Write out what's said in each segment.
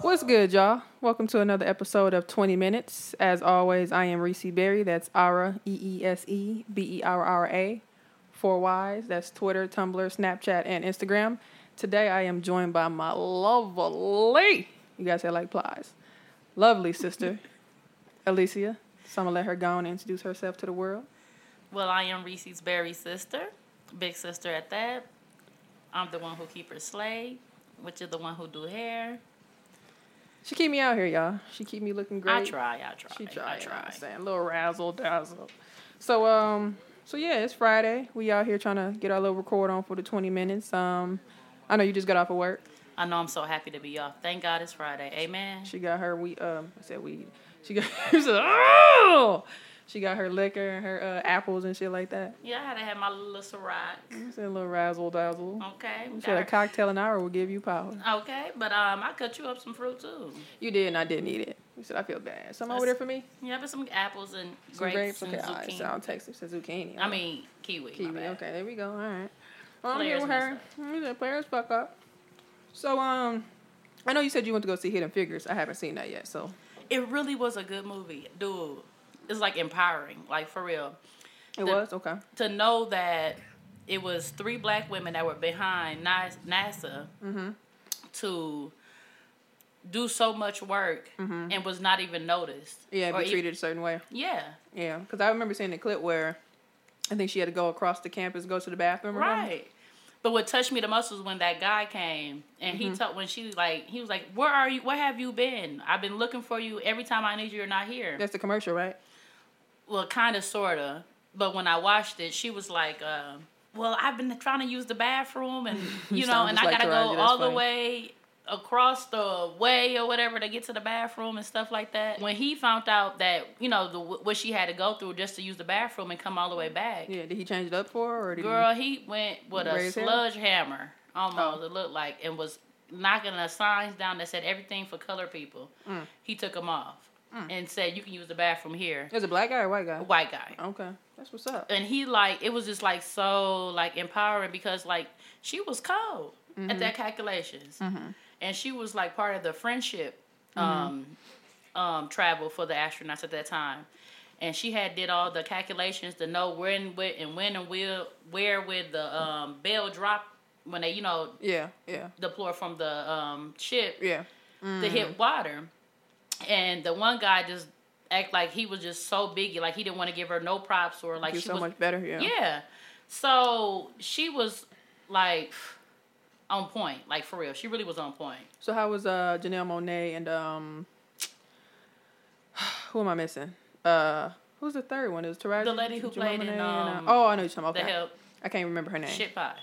What's good, y'all? Welcome to another episode of 20 Minutes. As always, I am Reese Berry. That's Ara, E E S E B E R R A, four Y's. That's Twitter, Tumblr, Snapchat, and Instagram. Today, I am joined by my lovely, you guys say I like plies, lovely sister, Alicia. So I'm going to let her go and introduce herself to the world. Well, I am Reese's Berry sister, big sister at that. I'm the one who keep her slay, which is the one who do hair. She keep me out here, y'all. She keep me looking great. I try, I try, She I tried. try. I'm saying a little razzle dazzle. So um, so yeah, it's Friday. We out here trying to get our little record on for the twenty minutes. Um, I know you just got off of work. I know I'm so happy to be off. Thank God it's Friday. Amen. She got her we um, I said weed. She got she said, oh! She got her liquor and her uh, apples and shit like that. Yeah, I had to have my little Ciroc. I said a little razzle dazzle. Oh, Okay. You got said a her- cocktail an hour will give you power. okay, but um, I cut you up some fruit too. You did, and I didn't eat it. We said I feel bad. Something over there for me. Yeah, but some apples and Some grapes, and Okay, all right. zucchini. So I'll text her. Said zucchini. I mean kiwi. Kiwi. Okay, there we go. All right. Well, I'm here Players with her. Mm, the Players fuck up. So um, I know you said you went to go see Hidden Figures. I haven't seen that yet. So It really was a good movie, dude. It's like empowering, like for real. it The- was okay. to know that it was three black women that were behind Nas- NASA Mm-hmm. to do so much work and was not even noticed. Mm-hmm. Yeah, Or be e- treated a certain way. yeah, Yeah, because I remember seeing the clip where I think she had to go across the campus, go to the bathroom. or something. right. But what touched me the most was when that guy came and Mm-hmm. he told when she like he was like, "Where are you? Where have you been? I've been looking for you. Every time I need you, you're not here." That's the commercial, right? well, kind of, sort of. But when I watched it, she was like, uh, "Well, I've been trying to use the bathroom, and you know, sound and just I like gotta Taraji, go that's all funny. the way across the way or whatever to get to the bathroom and stuff like that." When he found out that you know the, what she had to go through just to use the bathroom and come all the way back, Yeah. Did he change it up for her? Or did girl, he went with a Raise hell? sludge hammer Oh. almost. It looked like and was knocking the signs down that said everything for color people. Mm. He took them off and said, "You can use the bathroom here." He, it was a black guy or white guy? White guy Okay, that's what's up. and he like it was just like so like empowering because like she was cold Mm-hmm. at that calculations Mm. and she was like part of the friendship Mm-hmm. um um travel for the astronauts at that time and she had did all the calculations to know when where and when and will where would the um bell drop when they you know Yeah, yeah, deploy from the um ship yeah. to Mm. hit water. And the one guy just act like he was just so biggie, like he didn't want to give her no props or like You're she so was much better. Yeah. yeah. So she was like on point, like for real. She really was on point. So how was uh Janelle Monet and um who am I missing? Uh who's the third one? It was Taraji. The lady who Janelle played in, Monáe and, uh, um, Oh, I know you're talking about. The okay. help I can't remember her name. shit pie.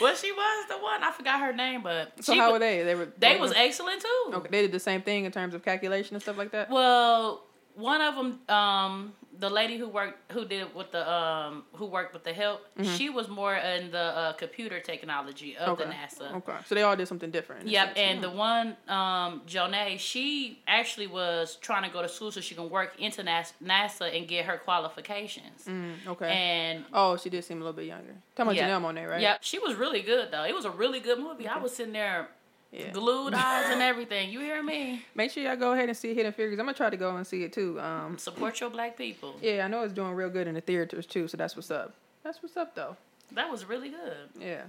well, she was the one. I forgot her name, but So she how wa- were they? They were They was excellent too. okay, they did the same thing in terms of calculation and stuff like that. Well, one of them, um, the lady who worked, who did with the, um, who worked with the help, she was more in the uh, computer technology of Mm-hmm. okay. the NASA. Okay. So they all did something different. in a Yep, sense. and the one, um, Jonay, she actually was trying to go to school so she can work into Nas- NASA and get her qualifications. Mm, okay. And oh, she did seem a little bit younger. Talking about Yeah. Janelle Monet, right? yeah, she was really good though. It was a really good movie. I was sitting there, Yeah. glued eyes and everything. You hear me? Make sure y'all go ahead and see Hidden Figures. I'm gonna try to go and see it too. Um, Support your black people. yeah, I know it's doing real good in the theaters too. So that's what's up. That's what's up though. That was really good. Yeah.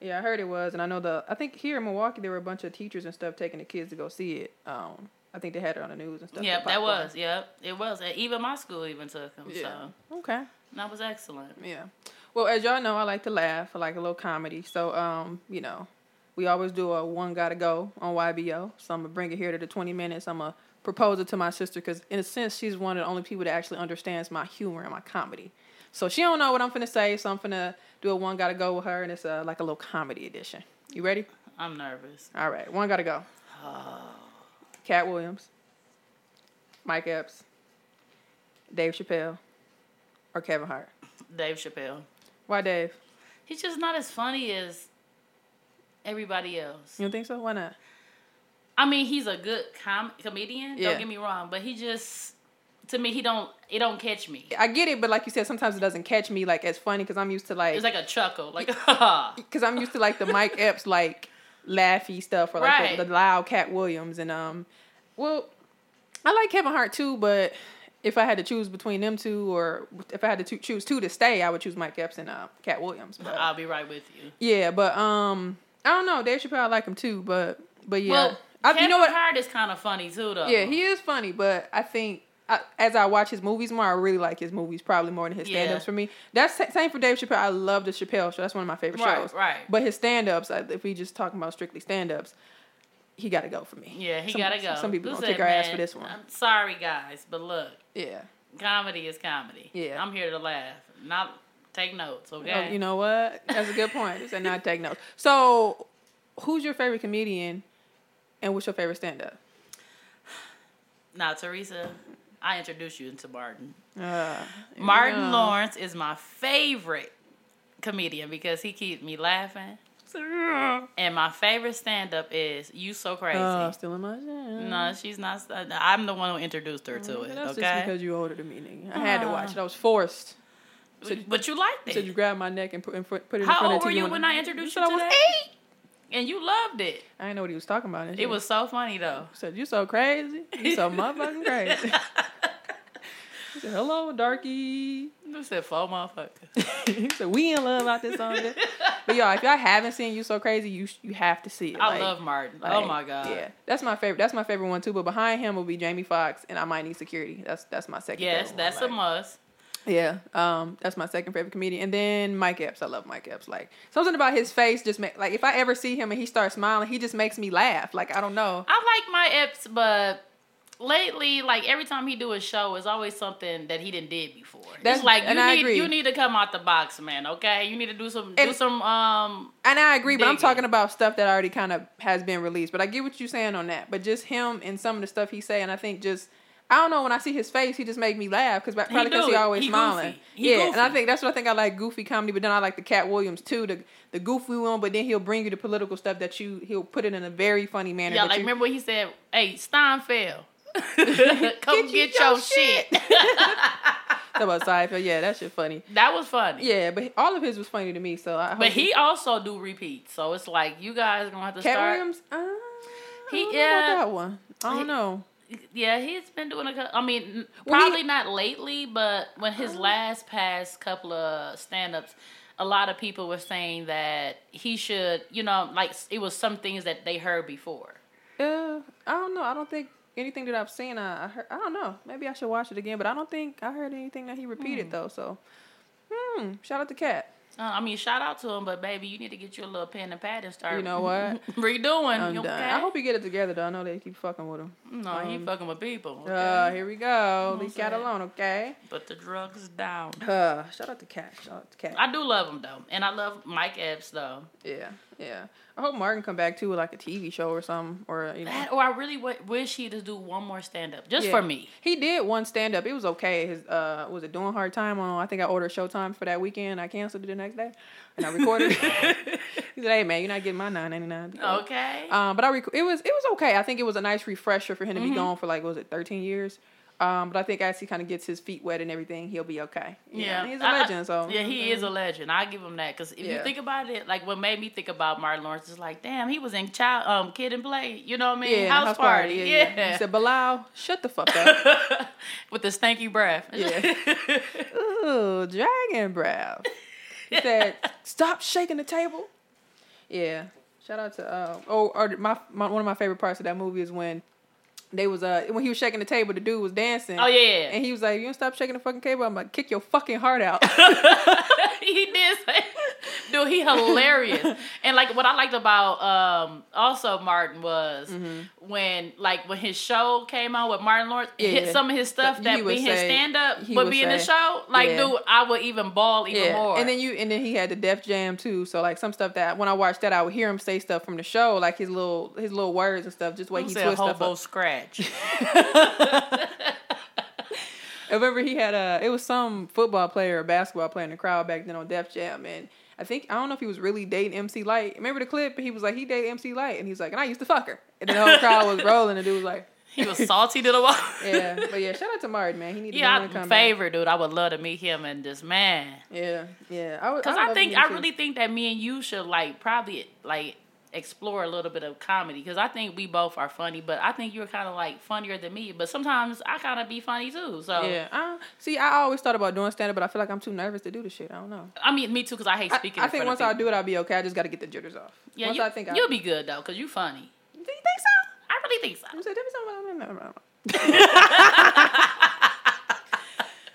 Yeah, I heard it was, and I know the. I think here in Milwaukee there were a bunch of teachers and stuff taking the kids to go see it. Um, I think they had it on the news and stuff. Yep, for that popcorn. was. Yep, it was. And even my school even took them. Yeah. So Okay. that was excellent. Yeah. Well, as y'all know, I like to laugh. I like a little comedy. So, um, you know, we always do a one gotta go on YBO. So I'm gonna bring it here to the 20 minutes. I'm gonna propose it to my sister because, in a sense, she's one of the only people that actually understands my humor and my comedy. So she don't know what I'm finna say. So I'm finna do a one gotta go with her, and it's a, like a little comedy edition. You ready? I'm nervous. All right, one gotta go. Oh. Cat Williams, Mike Epps, Dave Chappelle, or Kevin Hart. Dave Chappelle. Why Dave? He's just not as funny as everybody else. You don't think so? Why not? I mean, he's a good com- comedian. Yeah. Don't get me wrong, but he just to me, he don't it don't catch me. I get it, but like you said, sometimes it doesn't catch me like as funny because I'm used to like It's like a chuckle, like ha because I'm used to like the Mike Epps like laughy stuff or like Right. the, the loud Cat Williams and um, well, I like Kevin Hart too, but if I had to choose between them two or if I had to cho- choose two to stay, I would choose Mike Epps and uh, Cat Williams. But, I'll be right with you. yeah, but um, I don't know. Dave Chappelle, I like him too, but but yeah, Well, I, you know what? Hart is kind of funny too, though. Yeah, he is funny, but I think I, as I watch his movies more, I really like his movies probably more than his Yeah. stand-ups for me. That's sa- same for Dave Chappelle. I love the Chappelle show. That's one of my favorite Right, shows. right. But his stand-ups, I- if we just talking about strictly stand-ups, he got to go for me. Yeah, he Some- gotta go. Some people Who don't said, kick our ass "Man, for this one. I'm sorry, guys, but look, Yeah. comedy is comedy. Yeah. I'm here to laugh, not take notes. Okay, Oh, you know what? That's a good point. It's a not take notes. So, who's your favorite comedian, and what's your favorite stand-up? now Teresa, I introduced you into Martin. Uh, Martin yeah. Lawrence is my favorite comedian because he keeps me laughing. And my favorite stand up is You So Crazy. Uh, still in my gym. no, she's not. st- I'm the one who introduced her to Mm, But it. That's just Okay, because you older than me. nigga. I had to watch it. I was forced. but you liked it. So you grabbed my neck and put, and put put it in How front old of the were TV. you on when the- I introduced said you I to was that? eight. And you loved it. I didn't know what he was talking about. and It shit. was so funny though. He said, "You so crazy. You so motherfucking crazy." he said, "Hello, darky." You said four motherfucker. he said, "We in love about this song." but y'all, if y'all haven't seen "You So Crazy," you sh- you have to see it. I Like- love Martin. oh like, my god. Yeah, that's my favorite. That's my favorite one too. But behind him will be Jamie Foxx, and I might need security. That's that's my second. favorite Yes, one. that's Like, a must. Yeah, um, that's my second favorite comedian, and then Mike Epps. I love Mike Epps. Like something about his face just make like if I ever see him and he starts smiling, he just makes me laugh. Like I don't know. I like my Epps, but lately, like every time he do a show, it's always something that he didn't did before. That's- it's like you and I need agree. you need to come out the box, man. Okay, you need to do some do And- some um. And I agree, but I'm Dig it. talking about stuff that already kind of has been released. But I get what you're saying on that. But just him and some of the stuff he say, and I think just I don't know when I see his face, he just make me laugh because probably He because do he it. always He smiling. goofy. He yeah, and I goofy. think that's what I think I like goofy comedy. But then I like the Cat Williams too, the the goofy one. But then he'll bring you the political stuff that you he'll put it in a very funny manner. Yeah, that like you- remember when he said, "Hey, Steinfeld, you come get, your your, shit." Talk about Seinfeld. Yeah, that shit funny. that was funny. Yeah, but all of his was funny to me. So I hope But he also do repeats, so it's like you guys gonna have to Cat start. Williams. Uh, He- he I don't yeah. know about that one. I don't He- know. Yeah, he's been doing a. cou- I mean, n- Well, he- Oh. probably not lately, but when his last past couple of stand-ups, a lot of people were saying that he should, you know, like s- it was some things that they heard before. Yeah, Uh, I don't know. I don't think anything that I've seen. I, I heard. I don't know. Maybe I should watch it again. But I don't think I heard anything that he repeated though. So, hmm. Shout out to Cat. Uh, I mean, shout out to him, but baby, you need to get you a little pen and pad and start. You know what? redoing. I'm you done. okay? I hope he get it together though. I know they keep fucking with him. no, he fucking with people. Okay? Uh, here we go. Leave Cat saying? alone, okay? But the drugs down. Uh, shout out to Cat. Shout out to Cat. I do love him though, and I love Mike Epps though. yeah, yeah. I hope Martin come back too with like a TV show or something or you know. That, or I really w- wish he'd just do one more stand up just Yeah. for me. He did one stand up. It was okay. His uh was it doing hard time on I think I ordered Showtime for that weekend. I canceled it the next day. And I recorded it. he said, Hey man, you're not getting my nine ninety nine. Oh, Okay. Um but I rec- it was it was okay. I think it was a nice refresher for him Mm-hmm. to be gone for like what was it, thirteen years? Um, but I think as he kind of gets his feet wet and everything, he'll be okay. You know, Yeah, he's a I- I- legend. So mm-hmm. yeah, he is a legend. I give him that because if Yeah. you think about it, like what made me think about Martin Lawrence is like, damn, he was in child, um, kid and play. You know what I mean? Yeah, house, party. Yeah, He said, "Bilal, shut the fuck up." with the stanky breath. Yeah. Ooh, dragon breath. He said, "Stop shaking the table." Yeah. Shout out to uh oh or my, my one of my favorite parts of that movie is when they was uh when he was shaking the table the dude was dancing. oh And yeah, he was like, "You don't stop shaking the fucking table, I'm gonna kick your fucking heart out." he did. Say, dude, he hilarious. and like what I liked about um also Martin was when like when his show came out with Martin Lawrence, Mm-hmm. Yeah. hit some of his stuff He that would be his say- stand up he would would be in the say- show. Like, Yeah. dude, I would even ball even more. And then you and then he had the Def Jam too. So like some stuff that when I watched that, I would hear him say stuff from the show, like his little his little words and stuff, just the way he Who said twists stuff hobo up. scratch? I remember he had a it was some football player or basketball player in the crowd back then on Def Jam and I think I don't know if he was really dating MC Light. Remember the clip? He was like he dated MC Light and he's like and I used to fuck her and the whole crowd was rolling and dude was like He was salty to the wall. yeah, but yeah, shout out to Martin, man. He needs Yeah, to come I, back. favorite dude. I would love to meet him and this man. Yeah, yeah. I would. Because I'd I, love to think meet I you. really think that me and you should like probably like explore a little bit of comedy because I think we both are funny, but I think you're kind of like funnier than me. But sometimes I kind of be funny too. So Yeah. I, see, I always thought about doing stand up, but I feel like I'm too nervous to do the shit. I don't know. I mean, me too because I hate I, speaking. I in think front once of I people. do it, I'll be okay. I just got to get the jitters off. yeah, once you, I think I. you'll be good though because you funny. Do you think so? I really think so. So tell me something. About, no, no, no. so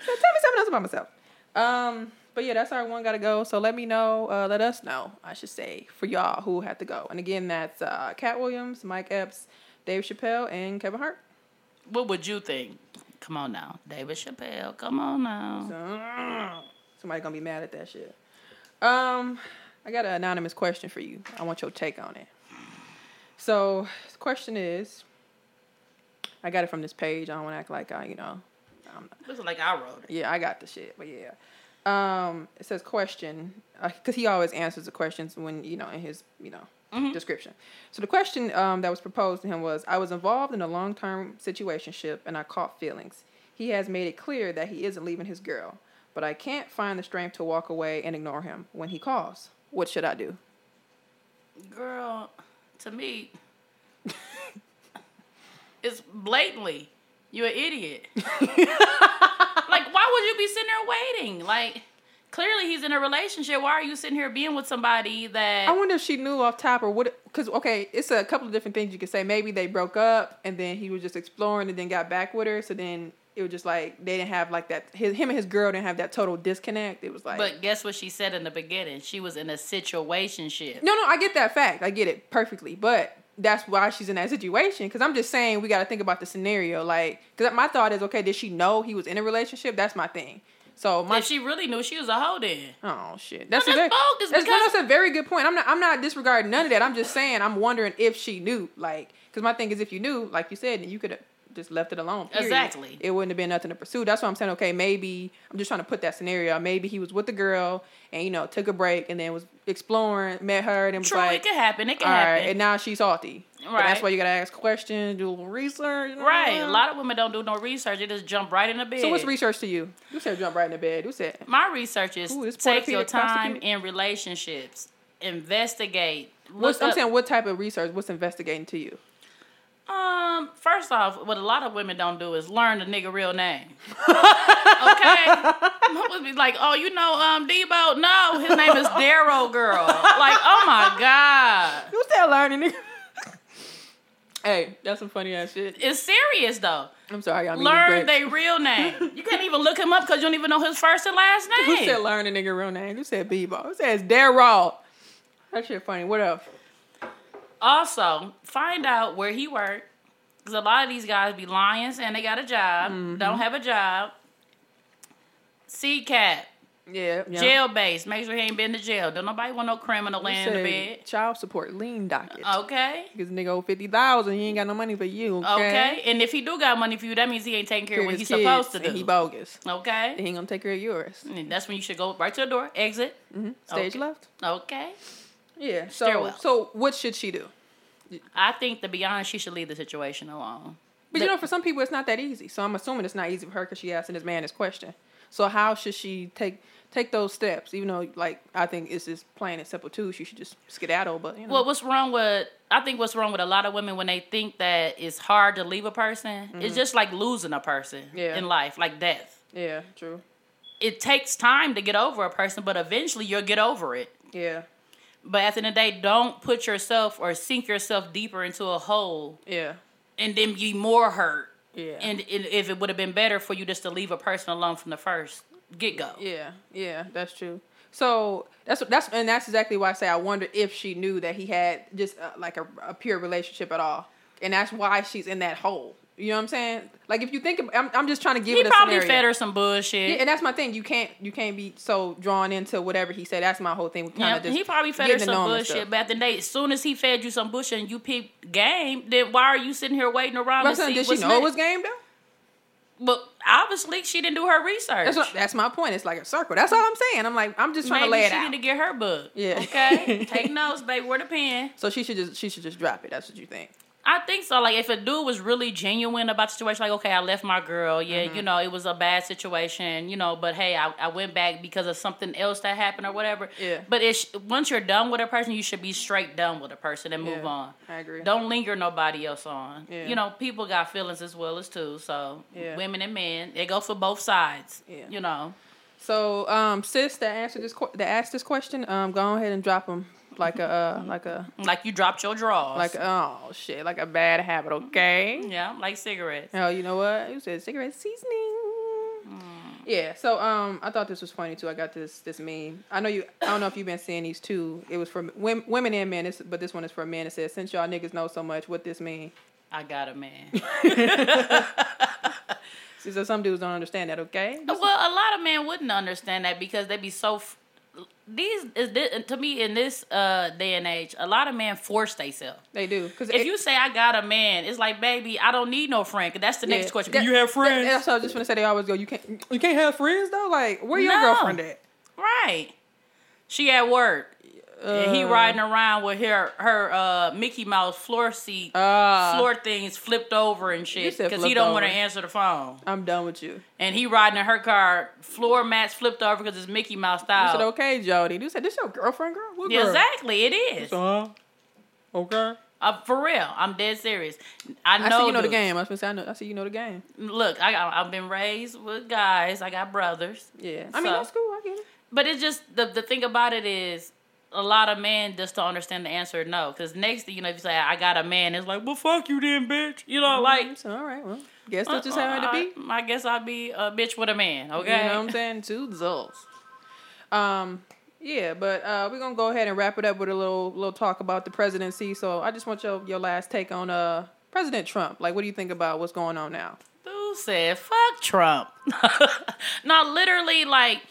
tell me something else about myself. Um, but yeah, that's our one gotta go. So let me know. Uh, let us know. I should say for y'all who had to go. And again, that's uh, Cat Williams, Mike Epps, Dave Chappelle, and Kevin Hart. What would you think? Come on now, David Chappelle. Come on now. So, somebody gonna be mad at that shit. Um, I got an anonymous question for you. I want your take on it. So, the question is, I got it from this page. I don't want to act like I, you know, I'm, Looks like I wrote it. Yeah, I got the shit, but yeah. Um, it says question because he always answers the questions when you know in his you know description. So the question um, that was proposed to him was: I was involved in a long-term situationship and I caught feelings. He has made it clear that he isn't leaving his girl, but I can't find the strength to walk away and ignore him when he calls. What should I do? Girl, to me, it's blatantly you're an idiot. like, why would you be sitting there waiting? Like, clearly he's in a relationship. Why are you sitting here being with somebody that? I wonder if she knew off top or what. Because okay, it's a couple of different things you could say. Maybe they broke up and then he was just exploring and then got back with her. So then it was just like they didn't have like that. His, him and his girl didn't have that total disconnect. It was like, but guess what she said in the beginning? She was in a situationship. no, no, I get that fact. I get it perfectly. But that's why she's in that situation. Because I'm just saying we got to think about the scenario. Like, because my thought is, okay, did she know he was in a relationship? That's my thing. So my If she really knew she was a hoe, then Oh shit! That's No, a very, that's bogus that's, no, because- that's a very good point. I'm not I'm not disregarding none of that. I'm just saying I'm wondering if she knew, like, because my thing is if you knew, like you said, then you could have just left it alone. period. Exactly. It wouldn't have been nothing to pursue. That's why I'm saying. Okay, maybe I'm just trying to put that scenario. Maybe he was with the girl and you know took a break and then was exploring, met her, and then was true, like, it could happen. It could all right, happen. and now she's salty. But that's Right. why you gotta ask questions, do a little research. Right. A lot of women don't do no research. They just jump right in the bed. So what's research to you? You said jump right in the bed. You said My research is Ooh, this take Portofino your time prosecuted? in relationships, investigate. what's, Look I'm up- saying what type of research? What's investigating to you? Um, first off, what a lot of women don't do is learn the nigga real name. okay, I would be like, oh, you know, um, Debo. No, his name is Darrow, girl. Like, oh my god, You still learning, nigga. hey, that's some funny ass shit. it's serious though. I'm sorry, y'all. Learn they real name. You can't even look him up because you don't even know his first and last Who name. said learn a nigga real name? Who said B-ball? Who says Daryl? That shit funny. What else? Also, find out where he worked. Because a lot of these guys be lying and they got a job, Mm-hmm. don't have a job. CCAP, Yeah, yeah. jail based. Make sure he ain't been to jail. Don't nobody want no criminal Who laying in the said bed. Child support lien docket. Okay. Because nigga owe fifty thousand, he ain't got no money for you. Okay. Okay. And if he do got money for you, that means he ain't taking care of what His he's kids, supposed to and do. He bogus. He okay. ain't gonna take care of yours. And that's when you should go right to the door, exit. Stage Okay. left. Okay. Yeah. So, Stairwell. so what should she do? I think to be honest, she should leave the situation alone. But you The- know, for some people, it's not that easy. So I'm assuming it's not easy for her because she asking this man this question. So how should she take take those steps? Even though, like, I think it's just plain and simple too. She should just skedaddle. But you know, Well, what's wrong with I think what's wrong with a lot of women when they think that it's hard to leave a person, it's just like losing a person Mm-hmm. Yeah. in life, like death. yeah, true, It takes time to get over a person, but eventually you'll get over it. yeah, But at the end of the day, don't put yourself or sink yourself deeper into a hole yeah, and then be more hurt. Yeah. And, and if it would have been better for you just to leave a person alone from the first get go. yeah, yeah. That's true. So that's that's and that's exactly why I say I wonder if she knew that he had just uh, like a, a pure relationship at all, and that's why she's in that hole. You know what I'm saying? Like if you think, about, I'm I'm just trying to give He it a probably scenario. fed her some bullshit. Yeah, and that's my thing. You can't you can't be so drawn into whatever he said. That's my whole thing. Kind Yeah, he probably fed her some bullshit back then. They, as soon as he fed you some bullshit and you peeped game, then why are you sitting here waiting around But to see did she what's know next? it was game though? But obviously, she didn't do her research. That's, what- that's my point. It's like a circle. That's all I'm saying. I'm like I'm just trying Maybe to lay it she out. need to get her book. Yeah. Okay. Take notes, babe. Where the pen? so she should just she should just drop it. That's what you think? I think so. Like if a dude was really genuine about the situation, like okay, I left my girl. Yeah, Mm-hmm. you know, it was a bad situation. You know, but hey, I, I went back because of something else that happened or whatever. Yeah. But it's once you're done with a person, you should be straight done with a person and move Yeah, on. I agree. Don't linger nobody else on. Yeah. You know, people got feelings as well as too. So Yeah. women and men, it goes for both sides. Yeah. You know. So, um, sis that answered this que- that asked this question, um, go ahead and drop them like a uh, like a Like you dropped your drawers. like oh shit like a bad habit. Okay. yeah, like cigarettes. Oh, you know what? You said cigarette seasoning. Mm. Yeah. So um, I thought this was funny too. I got this this meme. I know you. I don't know if you've been seeing these too. It was for women, women and men. This, but this one is for men. It says, "Since y'all niggas know so much, what this mean?" I got a man. She said, "Some dudes don't understand that." Okay. Well, a lot of men wouldn't understand that because they be so. F- these is thi- to me in this uh, day and age, a lot of men force theyself. They do. Because If you say I got a man, it's like baby, I don't need no friend. 'cause that's the next question. That- you have friends, That, that's what I was just gonna say. They always go, "You can't. You can't have friends though." Like, where your No. girlfriend at? right? She at work. and Uh. he riding around with her her uh, Mickey Mouse floor seat Ah. floor things flipped over and shit said because he flipped don't want to over. answer the phone. I'm done with you. And he riding in her car, floor mats flipped over because it's Mickey Mouse style. I said, "Okay, Jody." You said, "This your girlfriend, girl? What Yeah, girl?" exactly, it is. Uh, okay. Uh, for real, I'm dead serious. I know. I see you know the dudes. game. I was gonna say, I, know, I see you know the game. Look, I got, I've been raised with guys. I got brothers. Yeah. I mean, So- that's cool. I get it. But it's just the the thing about it is a lot of men just don't understand the answer no. Because next thing you know, if you say I got a man, it's like, well, fuck you then, bitch. You know, like. uh, So, all right, well, guess that's just how it be. I, I guess I'll be a bitch with a man. Okay. You know what I'm saying? Two results. Um, yeah, but uh, we're gonna go ahead and wrap it up with a little little talk about the presidency. So I just want your your last take on uh President Trump. Like, what do you think about what's going on now? Dude said, "Fuck Trump." Not literally like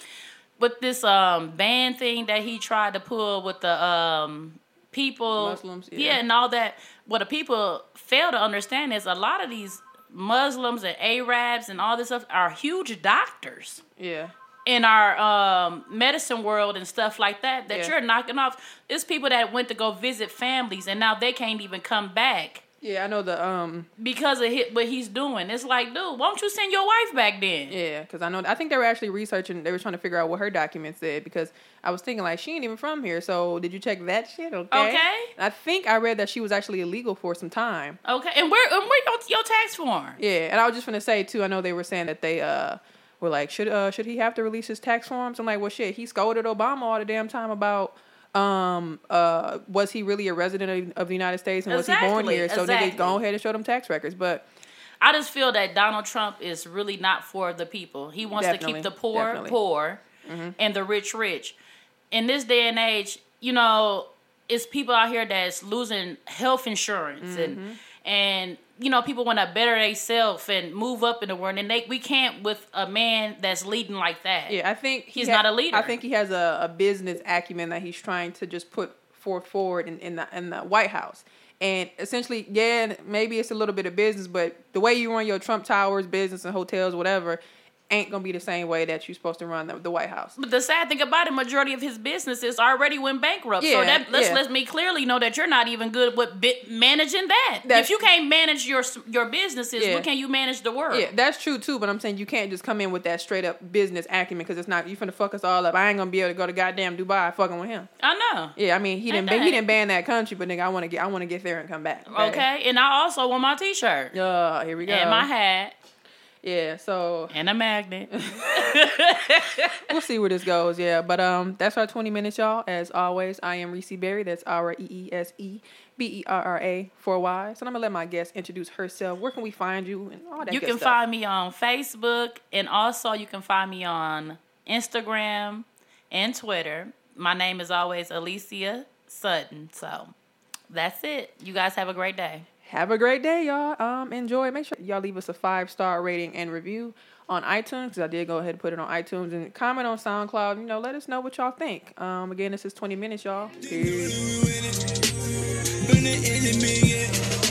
with this um ban thing that he tried to pull with the um people Muslims, yeah. and all that. What the people fail to understand is a lot of these Muslims and Arabs and all this stuff are huge doctors Yeah, in our um, medicine world and stuff like that that Yeah. you're knocking off. It's people that went to go visit families and now they can't even come back yeah, I know the um, because of hit, what he's doing. It's like, dude, won't you send your wife back then? yeah, because I know I think they were actually researching. They were trying to figure out what her documents said because I was thinking like she ain't even from here. So did you check that shit? Okay. Okay. I think I read that she was actually illegal for some time. Okay, and where and where your, your tax form? Yeah, and I was just gonna say too. I know they were saying that they uh were like, should uh should he have to release his tax forms? I'm like, well, shit, he scolded Obama all the damn time about um uh was he really a resident of, of the United States and was he born Exactly, here? So exactly. niggas go ahead and show them tax records. But I just feel that Donald Trump is really not for the people. He wants Definitely, to keep the poor definitely. Mm-hmm. poor and the rich rich. In this day and age, you know, it's people out here that's losing health insurance Mm-hmm. and and you know people want to better themselves and move up in the world, and they we can't with a man that's leading like that. yeah, I think he He's ha- not a leader. I think he has a, a business acumen that he's trying to just put forth forward in, in the in the White House. And essentially, yeah, maybe it's a little bit of business, but the way you run your Trump Towers, business and hotels, whatever, ain't gonna be the same way that you're supposed to run the, the White House. But the sad thing about it, majority of his businesses already went bankrupt. so Yeah, that lets, yeah. lets me clearly know that you're not even good with bi- managing that. That- if you can't manage your s- your businesses, Yeah. what can you manage the world? Yeah, that's true too. But I'm saying you can't just come in with that straight up business acumen because it's not you finna fuck us all up. I ain't gonna be able to go to goddamn Dubai fucking with him. I know. Yeah, I mean he didn't Ain't he that- didn't ban that country, but nigga, I want to get I want to get there and come back. Okay, and I also want my T-shirt Yeah, here we go. and my hat Yeah, so and a magnet. we'll see where this goes. Yeah, but um, that's our 20 minutes, y'all. As always, I am Reese Berry. That's our E E S E B E R R A four Y's. And I'm gonna let my guest introduce herself. Where can we find you and all that? you good can stuff. find me on Facebook, and also you can find me on Instagram and Twitter. My name is always Alicia Sutton. So that's it. You guys have a great day. Have a great day, y'all. Um, enjoy. Make sure y'all leave us a five star rating and review on iTunes because I did go ahead and put it on iTunes and comment on SoundCloud. You know, let us know what y'all think. Um, again, this is twenty minutes, y'all. Peace. Been an enemy, yeah.